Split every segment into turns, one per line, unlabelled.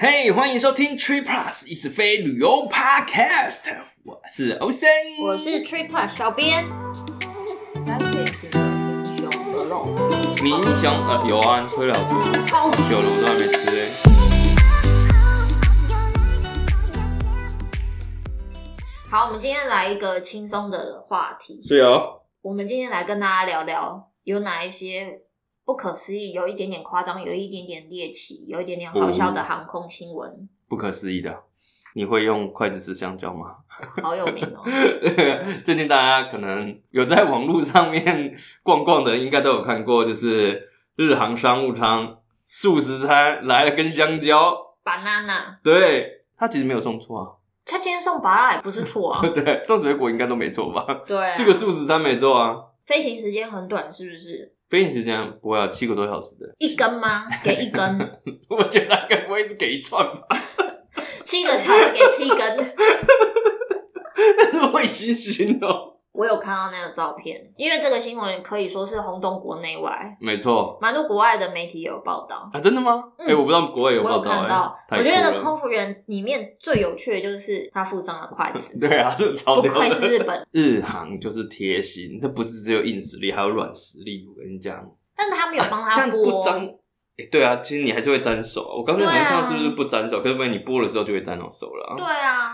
嘿欢迎收听 Tree Plus 一直飞旅游 Podcast，我是欧森，
我是 Triple 小编。他血型的英雄的肉，
明雄，呃，有啊，推了好多，九龙都还没吃欸
好，我们今天来一个轻松的话题。
是哦，
我们今天来跟大家聊聊有哪一些不可思议、有一点点夸张、有一点点猎奇、有一点点好笑的航空新闻，
不可思议的，你会用筷子吃香蕉吗？
好有名哦。
最近大家可能有在网络上面逛逛的，应该都有看过，就是日航商务舱素食餐来了根香蕉，
banana，
对，它其实没有送错
他今天送巴拉也不是错啊
啊，。 对，送水果应该都没错吧？
对啊，
是个素食餐没错啊。
飞行时间很短，是不是？
飞行时间不会啊，七个多小时的，
一根吗？给一 根，
我觉得该不会是给一串吧？
七个小时给七根。
但是我已经熏了。
我有看到那个照片，因为这个新闻可以说是轰动国内外，
没错
蛮多国外的媒体也有报道。
啊，真的吗？哎、
嗯
我不知道国外有
我
报
有
道、
看
欸，
到，
太
我觉
酷
得
了，
空服员里面最有趣的就是他附上了筷子
对啊，这超
不
屌
愧
的。
是日本，
日航就是贴心，它不是只有硬实力，还有软实力。我跟你讲，
但他没有帮
这
他
样不
剥，
沾、哎对啊，其实你还是会沾手啊。我刚才
对啊
好像是不是不沾手？可是万一你剥的时候就会沾到手了
对
啊！
啊，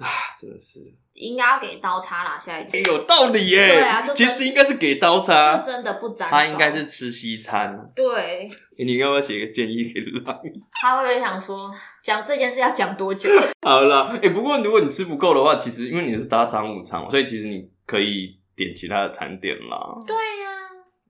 啊，真的是、
应该要给刀叉啦，下一次
哎有道理耶、
对啊就
其
真
实应该是给刀
就
叉，
真的不沾手，
他应该是吃西餐。
对，
欸你要不要写个建议给浪？
他会不会想说讲这件事要讲多久？
好啦，哎、不过如果你吃不够的话，其实因为你是搭商务舱，所以其实你可以点其他的餐点啦。
对呀、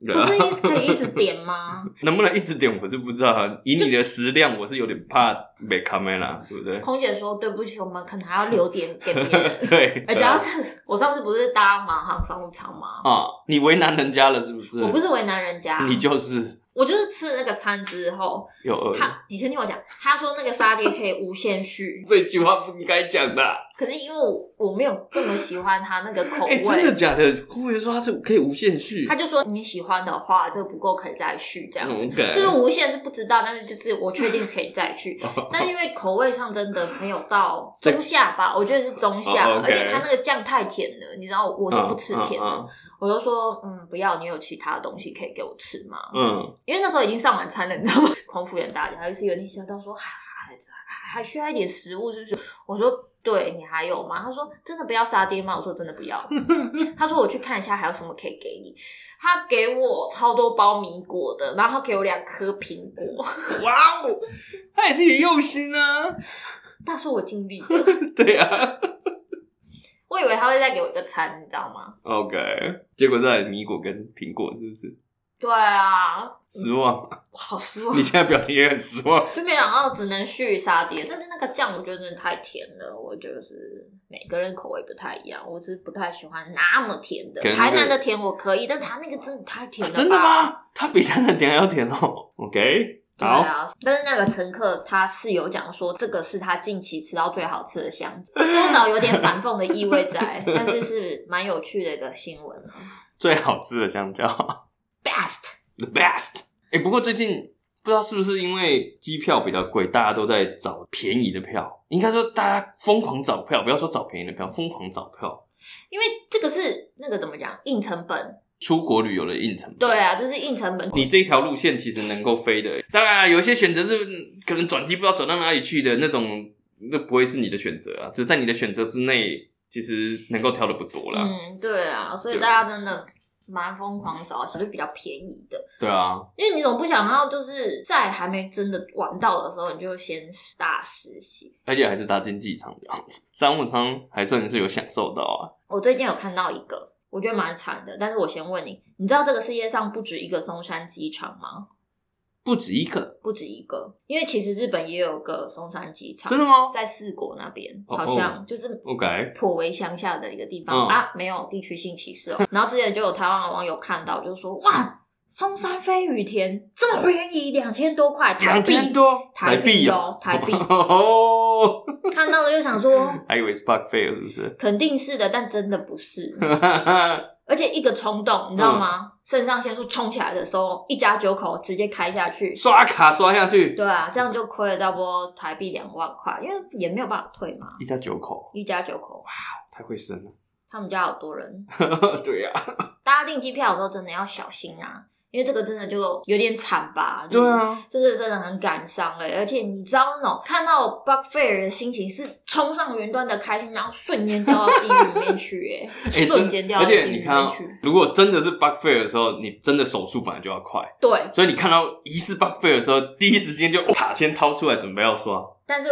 对
不
啊
是一可以一直点吗？
能不能一直点我是不知道啊，以你的食量，我是有点怕被卡麦啦，对不对？
空姐说对不起，我们可能还要留点给别人。
对，啊
而且要是我上次不是搭马航商务舱吗？
啊，你为难人家了是不是？
我不是为难人家，啊
你就是
我就是吃那个餐之后，
有恶意。
他你先听我讲，他说那个沙爹可以无限续，
这句话不应该讲的。啊
可是因为我我没有这么喜欢他那个口
哎、真的
味，
假的？空服员说他是可以无限续，啊嗯
他就说你喜欢的话，这个不够可以再续这样。
OK，
啊就是无限是不知道，但是就是我确定可以 再去，
哦
但因为口味上真的没有到
这
中下吧，我觉得是中下，
哦，OK
而且它那个酱太甜了，你知道我是不吃甜的，
嗯
我就说嗯不要，你有其他的东西可以给我吃吗？
嗯嗯
因为那时候已经上晚餐了，你知道吗？ 空服员大姐还是有点吓到说，啊还还需要一点食物，是不是？我说对，你还有吗？他说真的不要沙爹吗？我说真的不要。他说我去看一下还有什么可以给你。他给我超多包米果的，然后他给我两颗苹果。
嗯哇哦，他也是很用心啊。
他说我尽力了，
对啊
我以为他会再给我一个餐，你知道吗？
，OK，结果是来米果跟苹果，是不是？
对啊，
失望，
我好失望
你。现在表情也很失 望。
就没想到只能续沙爹，但是那个酱我觉得真的太甜了，我就是每个人口味不太一样，我只是不太喜欢那么甜的。
可能那个
台南的甜我可以，但它那个真的太甜
啊
了、
真的？吗？它比它的甜还要甜哦。OK，
对
好，
啊，但是那个乘客他是有讲说，这个是他近期吃到最好吃的香蕉，多少有点反讽的意味在，但是是蛮有趣的一个新闻啊。
最好吃的香蕉
Best，
，the best。哎、不过最近不知道是不是因为机票比较贵，大家都在找便宜的票，应该说大家疯狂找票，不要说找便宜的票，疯狂找票。
因为这个是那个怎么讲，硬成本。
出国旅游的硬成本，
对啊，这是硬成本。
你这条路线其实能够飞的，当然啊有一些选择是嗯可能转机不知道转到哪里去的那种，那不会是你的选择啊，就在你的选择之内，其实能够挑的不多啦。
嗯，对啊，所以
对
大家真的蛮疯狂找，就比较便宜的，
对啊，
因为你总不想要就是在还没真的玩到的时候，你就先大实习。
而且还是搭经济舱这样子，商务舱还算是有享受到啊。
我最近有看到一个，我觉得蛮惨的，但是我先问你，你知道这个世界上不止一个松山机场吗？
不止一个，
不止一个，因为其实日本也有个松山机场，
真的吗
在四国那边，
哦
好像就是。
？OK，
颇为乡下的一个地方、
嗯
啊，没有地区性歧视哦。然后之前就有台湾的网友看到，就说哇，松山飞羽田这么便宜，两千多块台
两
币，
千多
台币
哦
哦，台 币
哦，
看到了就想说
还以为 Spark 飞了是不是？
肯定是的，但真的不是。而且一个冲动，你知
嗯
道吗？肾上腺素冲起来的时候，一家九口直接开下去。
刷卡刷下去，
对啊，这样就亏了差不多台币两万块，因为也没有办法退嘛。
一家九口，
一家九口，
太会生了。
他们家好多人，
对啊呀、
大家订机票的时候真的要小心啊，因为这个真的就有点惨吧。
对，啊，
这个真的很感伤哎、而且你知道那种看到 bug fair 的心情是冲上云端的开心，然后瞬间掉到地狱里面去哎、
哎
瞬
真
间掉
而
到地
且
狱里
你
面
看哦
去。，
如果真的是 bug fail 的时候，你真的手速本来就要快，
对，
所以你看到疑似 bug fail 的时候，第一时间就 哦卡先掏出来准备要刷。
但是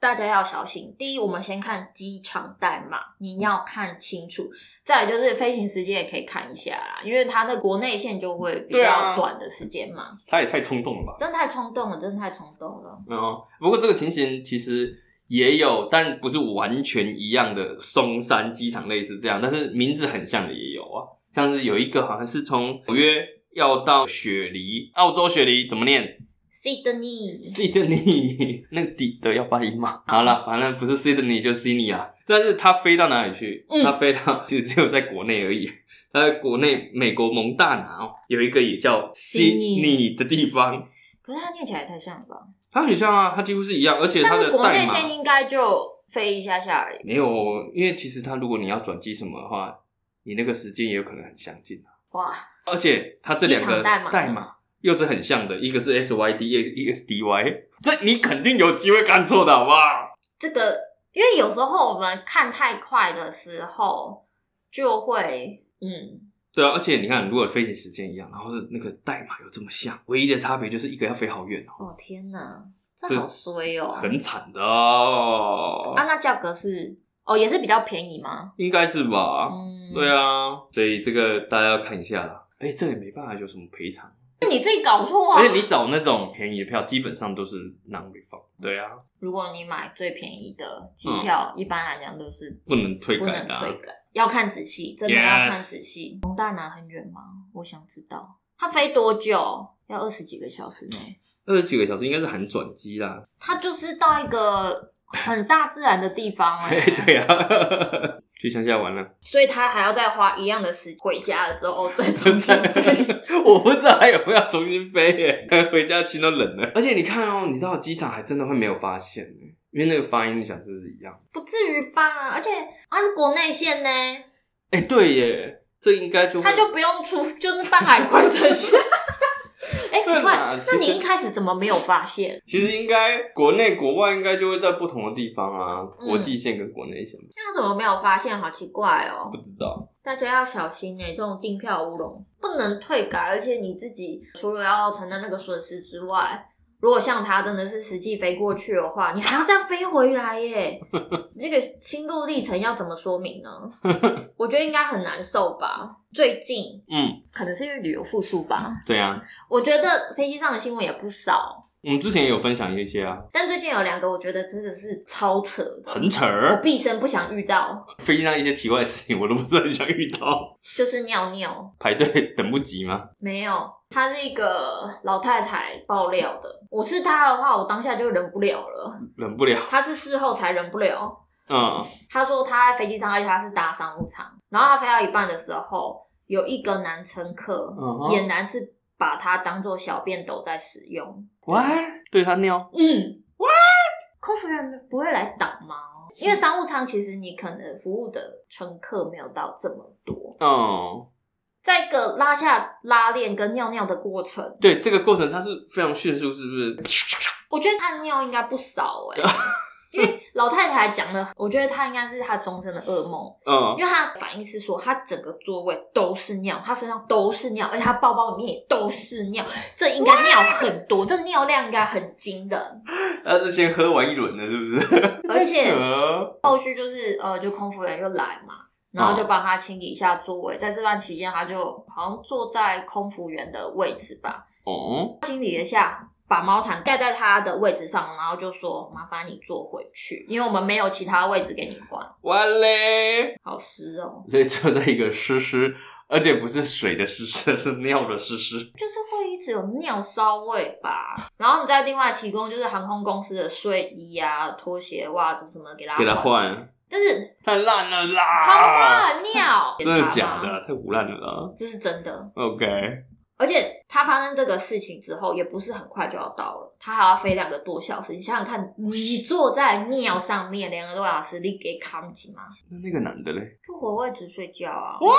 大家要小心。第一，我们先看机场代码，你要看清楚。再来就是飞行时间也可以看一下啦，因为它的国内线就会比
对啊
较短的时间嘛。
他也太冲动了吧？
真的太冲动了，真的太冲动了。
嗯，不过这个情形其实也有，但不是完全一样的。松山机场类似这样，但是名字很像的也有啊，像是有一个好像是从纽约要到雪梨，澳洲雪梨怎么念
Sydney，
？Sydney，那个底的要发音嘛。
嗯
好了，反正不是 Sydney 就是 Sydney 啊。但是它飞到哪里去？
嗯
它飞到其实只有在国内而已。它在国内美国蒙大拿哦，有一个也叫
Sydney
Sydney 的地方，
可是它念起来也太像了吧？
它很像啊，它几乎是一样，而且它
但
的
是国
代
内
码
线应该就飞一下下而已。
没有，因为其实它如果你要转机什么的话，你那个时间也有可能很相近啊
哇，
而且它这两
机
个
场代码
代码又是很像的，一个是 S Y D，一个是 E S D Y，这你肯定有机会看错的，好不好？
这个，因为有时候我们看太快的时候，就会嗯，
对啊，而且你看，如果飞行时间一样，然后是那个代码又这么像，唯一的差别就是一个要飞好远哦，
哦天哪，这
这
好衰哦、
很惨的哦，
啊，那价格是哦，也是比较便宜吗？
应该是吧？
嗯，
对。啊，所以这个大家要看一下啦。哎、这也没办法，有什么赔偿？
你自己搞错啊
而！且你找那种便宜的票，基本上都是 non refund。对啊，
如果你买最便宜的机
嗯
票，一般来讲都是
不能退
不
改
能
的、啊。
退改，要看仔细，真的要
Yes
看仔细。蒙大拿很远吗？我想知道，它飞多久？要二十几个小时内。
二十几个小时应该是含转机啦。
它就是到一个很大自然的地方哎、
嘿 对啊， 去乡下玩了。
所以他还要再花一样的时回家了 之后再重
真
新
的
飞一次。，
我不知道还有没有要重新飞耶，回家心都冷了。而且你看哦，你知道机场还真的会没有发现耶，因为那个发音你想是是一样。
不至于吧？而且它是国内线呢，
哎、对耶，这应该就会
他就不用出，就是办海关程序。 哎、
对
奇
啦
怪，那你
其实
一开始怎么没有发现？
其实应该国内国外应该就会在不同的地方啊，
嗯
国际线跟国内线吧
那怎么没有发现？好奇怪哦！
不知道。
大家要小心哎、这种订票乌龙不能退改，而且你自己除了要承担那个损失之外，如果像他真的是实际飞过去的话，你还要再飞回 来耶、你这个心路历程要怎么说明呢？我觉得应该很难受吧。最近
嗯，
可能是因为旅游复苏吧，
对啊，
我觉得飞机上的新闻也不少，
我们之前也有分享一些啊，
但最近有两个，我觉得真的是超扯的，
很扯
我
儿，
毕生不想遇到，
飞机上一些奇怪的事情我都不是很想遇到。
就是尿尿。
排队等不及吗？
没有，她是一个老太太爆料的。我是她的话，我当下就忍不了了。
忍不了。
她是事后才忍不了。
嗯，
她说她在飞机上，而且她是搭商务舱，然后她飞到一半的时候，有一个男乘客
嗯哼
俨然是把它当做小便斗在使用。
喂，对他尿，
嗯，what？空服员不会来挡吗？因为商务舱其实你可能服务的乘客没有到这么多，
嗯，
在一个拉下拉链跟尿尿的过程，
对，这个过程它是非常迅速，是不是？
我觉得他尿应该不少哎、因为老太太讲了，我觉得她应该是她终身的噩梦，
嗯
因为她的反应是说，她整个座位都是尿，她身上都是尿，而且她包包里面也都是尿，这应该尿很多，这尿量应该很惊人。
他是先喝完一轮的，是不是？
而且
太扯了
后续就是呃，就空服员就来嘛，然后就帮他清理一下座位。在这段期间，他就好像坐在空服员的位置吧，
哦，
清理一下，把毛毯盖在他的位置上，然后就说麻烦你坐回去，因为我们没有其他位置给你换。
完嘞，
好湿哦，
所以就在一个湿湿，而且不是水的湿湿，是尿的湿湿。
就是会一直有尿骚味吧。然后你再另外提供就是航空公司的睡衣啊、拖鞋、袜子什么给他
给他换，
但是
太烂了
好
啦！
了尿，
啊真的
检查
假
吗？
的？太胡烂了啦。
这是真的，
OK，
而且他发生这个事情之后，也不是很快就要到了，他还要飞两个多小时。你想想看，你坐在尿上面两个多小时，你给扛起吗？
那那个男的嘞，
就回位置睡觉啊，
哇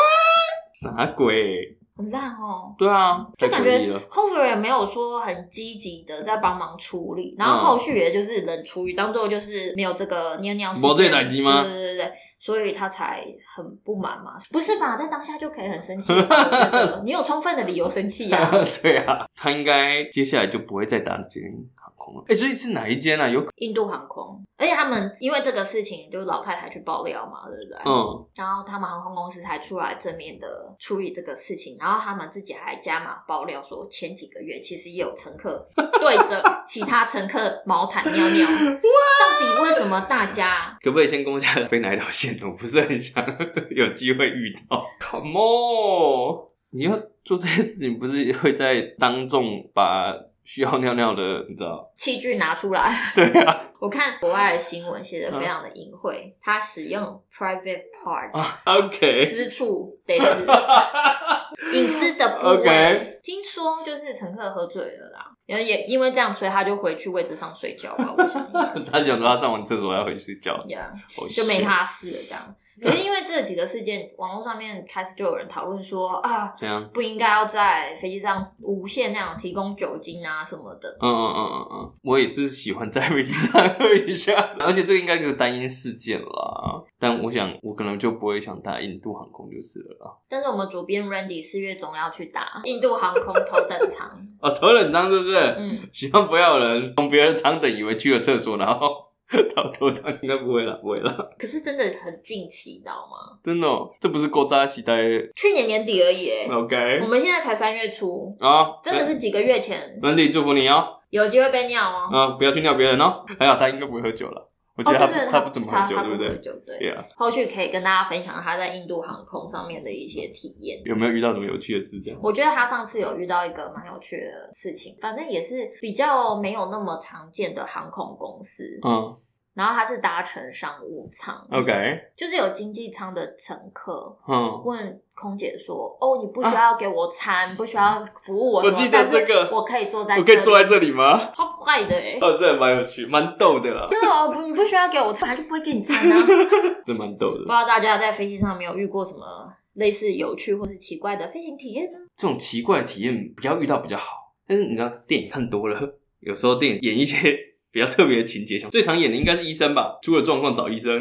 啥鬼？
很烂哦。
对啊，
就
太
感
诡异
觉
了。
空服员也没有说很积极的在帮忙处理，然
嗯
后后续也就是冷处理，当做就是没有这个尿尿事件
没这代志吗
对对对对，所以他才很不满嘛。不是吧，在当下就可以很生气吧，我觉得你有充分的理由生气呀、
对啊，他应该接下来就不会再搭这间航空了。哎、所以是哪一间啊？有可
印度航空，而且他们因为这个事情，就是老太太去爆料嘛，对不对？
嗯，
然后他们航空公司才出来正面的处理这个事情，然后他们自己还加码爆料说，前几个月其实也有乘 客对着其他乘客毛毯尿尿，到底为什么大家？
可不可以先跟我讲飞哪一条线？我不是很想 有机会遇到。Come on，你要做这些事情，不是会在当众把需要尿尿的，你知道？
器具拿出来，
对啊，
我看国外的新闻写
嗯
的非常的隐晦，他使用 private part
啊，OK，
私处 得私隐私的部位
OK
听说就是乘客喝醉了啦，然后也因为这样，所以他就回去位置上睡觉吧，我想应该 是
他想说他上完厕所要回去睡觉，
Yeah
哦
就没。他事了这样。可是因为这几个事件，网络上面开始就有人讨论说啊，
这样，
不应该要在飞机上无限量提供酒精啊什么的。
嗯嗯嗯嗯嗯，我也是喜欢在飞机上喝一下， 而且这个应该就是单一事件啦。但我想，我可能就不会想搭印度航空就是了啦。
但是我们主编 Randy 四月总要去打印度航空头等舱，
哦，头等舱是不是？
嗯，
希望不要有人从别人的舱等以为去了厕所，然后 到头等应该不会啦，不会啦，
可是真的很近期，你知道吗？
真的、哦，这不是勾扎期待
去年年底而已耶、
嗯
我
，OK
们现在才三月初，
啊，
真的是几个月前，
温蒂祝福你哦，
有机会被尿哦。
啊，不要去尿别人哦，还好他应该不会喝酒了，我
哦，
记得他、
对对，
他
他
不怎么喝酒，
他
对
不
对
喝？酒，对。
对啊，
后续可以跟大家分享他在印度航空上面的一些体验。
有没有遇到什么有趣的事这样？
我觉得他上次有遇到一个蛮有趣的事情，反正也是比较没有那么常见的航空公司。
嗯
然后他是搭乘商务舱
，OK，
就是有经济舱的乘客
嗯，
问空姐说：“哦，你不需要给我餐，不需要服务我什
我
么，
记得
但是
这个
我可以坐在
我可以坐在
里
这里吗？
超坏的哎、欸。
哦，这蛮有趣，蛮逗的啦，
对哦，不你不需要给我餐，他就不会给你餐啊。
这蛮逗
不
的
知。道大家在飞机上有没有遇过什么类似有趣或是奇怪的飞行体验呢？
这种奇怪的体验不要遇到比较好。但是你知道，电影看多了， 有时候电影演一些比较特别的情节，像最常演的应该是医生吧，出了状况找医生，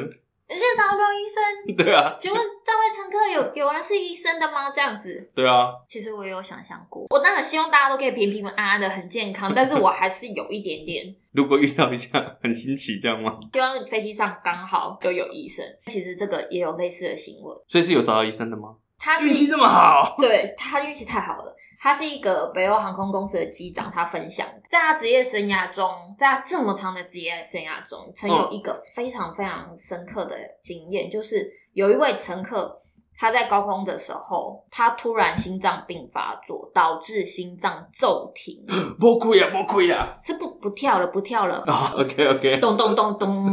现场有没有医生？
对啊，
请问这位乘客有有人是医生的吗？这样子，
对啊，
其实我也有想象过，我当然希望大家都可以平平安安的，很健康，但是我还是有一点点
如果遇到一下很新奇，这样吗？
希望飞机上刚好就有医生。其实这个也有类似的新闻，
所以是有找到医生的吗？
他是
运气这么好，
对他运气太好了。他是一个北欧航空公司的机长，他分享在他职业生涯中，在他这么长的职业生涯中，曾有一个非常非常深刻的经验，就是有一位乘客，他在高空的时候，他突然心脏病发作，导致心脏骤停，
不亏呀，不亏呀！
是不不跳了，不跳了，
啊，OK OK，
咚咚咚咚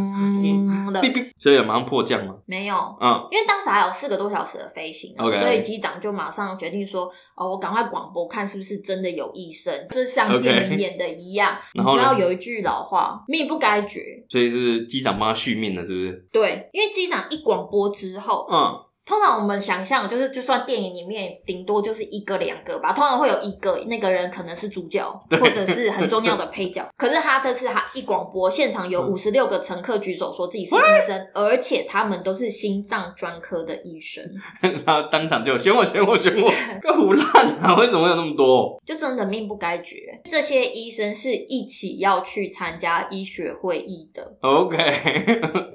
的，
所以有马上迫降吗？
没有，
嗯，
因为当时还有四个多小时的飞行啊
OK
所以机长就马上决定说，哦，我赶快广播看是不是真的有医生，就是像电影演的一样。你
然后
知
呢
道有一句老话，命不该绝。
所以是机长帮他续命了，是不是？
对，因为机长一广播之后，
嗯，
通常我们想象就是，就算电影里面顶多就是一个两个吧，通常会有一个那个人可能是主角，
对
或者是很重要的配角。可是他这次他一广播，现场有
嗯
五十六个乘客举手说自己是医生，而且他们都是心脏专科的医生。
然后当场就选我，选我， 选我，干胡烂啊！为什么会有那么多？
就真的命不该绝。这些医生是一起要去参加医学会议的。
OK，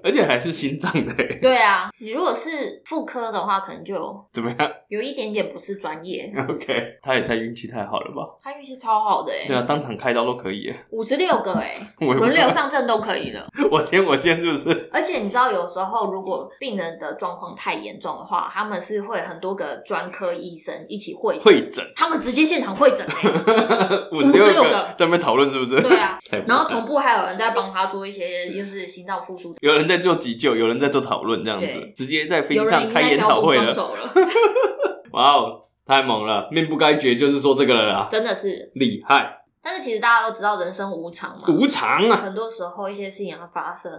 而且还是心脏的欸，
对啊，你如果是妇科科的话，可能就
怎么样
有一点点不是专业。
？OK，他也太运气太好了吧？
他运气超好的哎、
对啊，啊当场开刀都可以耶。
五十六个哎、
我
轮流上阵都可以的。
我先我先是不是？
而且你知道，有时候如果病人的状况太严重的话，他们是会很多个专科医生一起会诊，
会诊
他们直接现场会诊哎、
五十六
56
个
个
在那边讨论是不是？
对啊
太不简单，
然后同步还有人在帮他做一些就是心脏复苏，
有人在做急救，有人在做讨论，这样子
对
直接在飞
有
机
人
上
已经
开
在
研
消
讨
毒
会
双
了。
手了，
哇哦，太猛了！命不该绝就是说这个了啦，
真的是。
厉害！
但是其实大家都知道人生无常嘛，
无常啊，
很多时候一些事情要发生，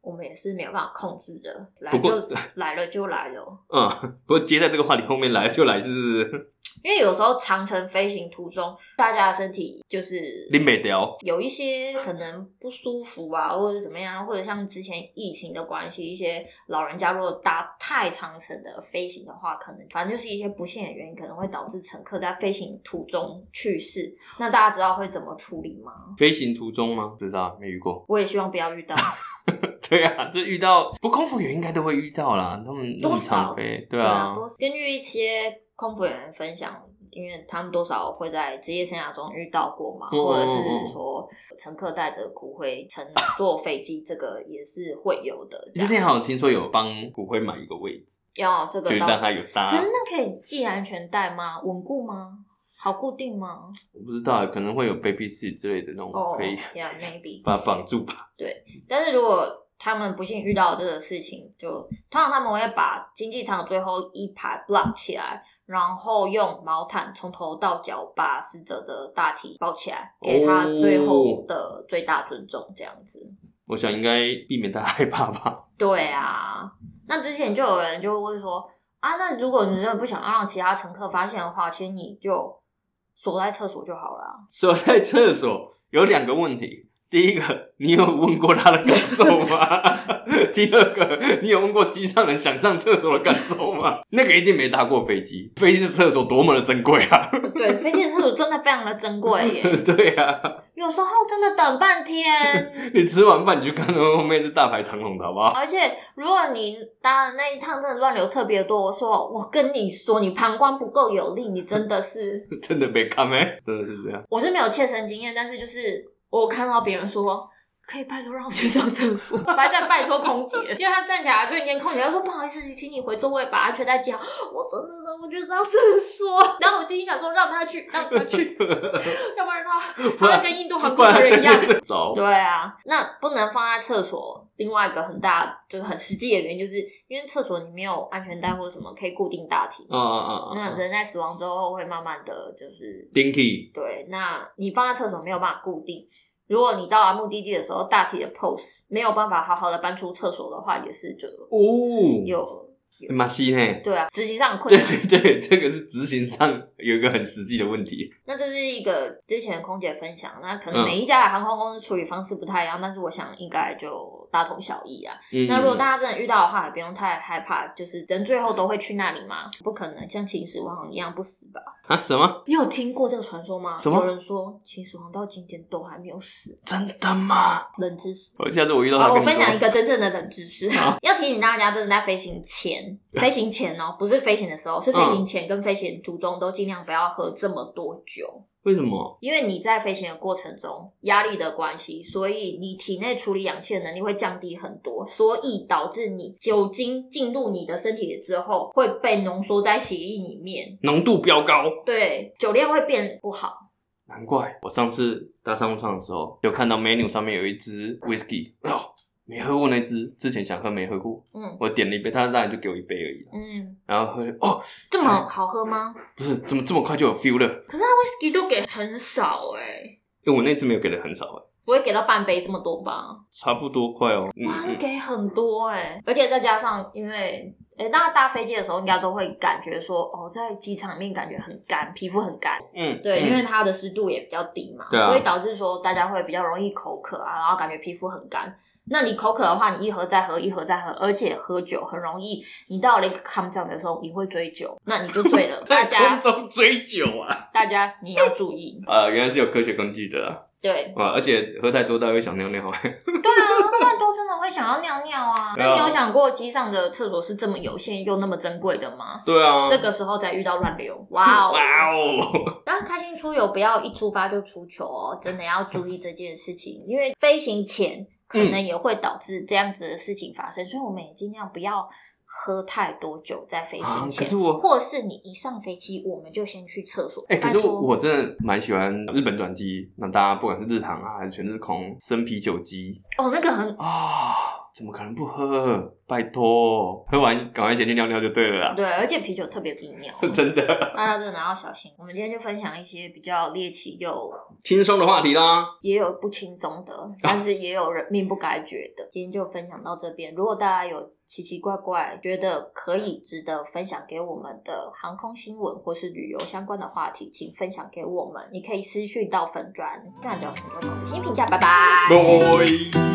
我们也是没有办法控制的，来
不过
就来了就来了。
嗯，不过接在这个话题后面来就来是是是
因为有时候长程飞行途中，大家的身体就是
林北雕，
有一些可能不舒服啊，或者是怎么样，或者像之前疫情的关系，一些老人家如果搭太长程的飞行的话，可能反正就是一些不幸的原因，可能会导致乘客在飞行途中去世。那大家知道会怎么处理吗？
飞行途中吗？不知道，没遇过。
我也希望不要遇到。
对啊，就遇到不空服员应该都会遇到啦，他们那么
多少
常飞，对
对
啊，
多根据一些空服员分享，因为他们多少会在职业生涯中遇到过嘛，
嗯
或者
嗯嗯
是说乘客带着骨灰乘坐飞机，这个也是会有的。这
之
样
前好像听说有帮骨灰买一个位置，
要这
就
个
是
到，
让他
可
有搭。
是那可以系安全带吗？稳固吗？好固定吗？
我不知道，可能会有 baby seat 之类的那种
哦、
可以
y e a h maybe。
把它绑住吧。
但是如果他们不幸遇到这个事情，就通常他们会把经济舱的最后一排 block 起来，然后用毛毯从头到脚把死者的大体包起来，给他最后的最大尊重，这样子。
我想应该避免他害怕吧。
对啊，那之前就有人就会说啊，那如果你真的不想要让其他乘客发现的话，其实你就锁在厕所就好了。啊
锁在厕所有两个问题，第一个，你有问过他的感受吗？ 第二个，你有问过机上人想上厕所的感受吗？那个一定没搭过飞机，飞机的厕所多么的珍贵啊！
对，飞机的厕所真的非常的珍贵耶，
对啊，
有时候真的等半天。
你吃完饭你就看到后面是大排长龙的好不好？
而且如果你搭的那一趟真的乱流特别多，我说我跟你说，你膀胱不够有力，你真的是，
真的被看没、真的是这样。
我是没有切身经验，但是就是我有看到别人说。可以拜托让我去上厕所，还在拜托空姐，因为他站起来瞬间，空姐就说不好意思，请你回座位，把安全带系好。我真的让我去上厕所，然后我心里想说让他去，让他去，要不然他
不
他
然
会跟印度航
不
空
然
的人一样，
走，
对啊，那不能放在厕所。另外一个很大就是很实际的原因，就是因为厕所你没有安全带或者什么可以固定大体。
嗯嗯
那
嗯嗯
人在死亡之后会慢慢的就是
，Dinky，
对，那你放在厕所没有办法固定。如果你到达目的地的时候，大体的 pose 没有办法好好的搬出厕所的话，也是就
哦，
有
马西呢？
对啊，执行上的困
对
难。
对对， 这个是执行上有一个很实际的问题。
那这是一个之前空姐分享，那可
嗯
能每一家的航空公司处理方式不太一样，但是我想应该就大同小异啊。
嗯
那如果大家真的遇到的话，也不用太害怕，就是人最后都会去那里嘛，不可能像秦始皇一样不死吧？
啊什么？
你有听过这个传说吗？
什么
有人说秦始皇到今天都还没有死，
真的吗？
冷知识。
我下次我遇到他跟
好，我
你说，
分享一个真正的冷知识
好，
要提醒大家，真的在飞行 前，飞行前哦，不是飞行的时候，是飞
嗯
行前跟飞行途中都尽量不要喝这么多酒。
为什么？
因为你在飞行的过程中，压力的关系，所以你体内处理氧气的能力会降低很多，所以导致你酒精进入你的身体之后，会被浓缩在血液里面，
浓度飙高，
对，酒量会变不好。
难怪我上次搭商务舱的时候，有看到 menu 上面有一支 whisky，哦，没喝过那支，之前想喝没喝过，
嗯
我点了一杯，他当然就给我一杯而已，
嗯，
然后喝哦，
这么好喝吗？
不是怎么这么快就有 feel 了？
可是他 whisky 都给很少哎、
因为我那支没有给的很少哎，
不会给到半杯这么多吧？
差不多快哦，嗯
哇，那
嗯，
给很多哎、而且再加上因为。诶，大家搭飞机的时候应该都会感觉说，哦，在机场里面感觉很干，皮肤很干，
嗯
对，
嗯
因为它的湿度也比较低嘛，
对啊
所以导致说大家会比较容易口渴啊，然后感觉皮肤很干。那你口渴的话，你一盒再喝，一盒再喝，而且喝酒很容易，你到了一个 calm down 的时候，你会追酒，那你就醉 了。大
在空
家，
中追酒啊，
大家你要注意，
啊，原来是有科学根据的啦，，
对
啊，而且喝太多，大家会想尿尿。
对啊，喝太多真的会想要尿尿啊。啊。那你有想过机上的厕所是这么有限又那么珍贵的吗？
对啊，
这个时候才遇到乱流，嗯哇哦！
哇哦，
当然，开心出游不要一出发就出 糗哦，真的要注意这件事情，因为飞行前可能也会导致这样子的事情发生，所以我们也尽量不要喝太多酒在飞
啊
行
可
前，
是我
或是你一上飞机我们就先去厕所。
哎、可是
拜托
我真的蛮喜欢日本转机，那大家不管是日航啊还是全日空，生啤酒机
哦，那个很
啊，怎么可能不喝？拜托，喝完赶快先去尿尿就对了啦，
对，而且啤酒特别利尿，
真的
大家真的要小心。我们今天就分享一些比较猎奇又
轻松的话题啦。
也有不轻松的，但是也有人命不该绝的。今天就分享到这边，如果大家有奇奇怪怪觉得可以值得分享给我们的航空新闻或是旅游相关的话题，请分享给我们。你可以私讯到粉砖，看着我们的新评价，拜拜。
拜。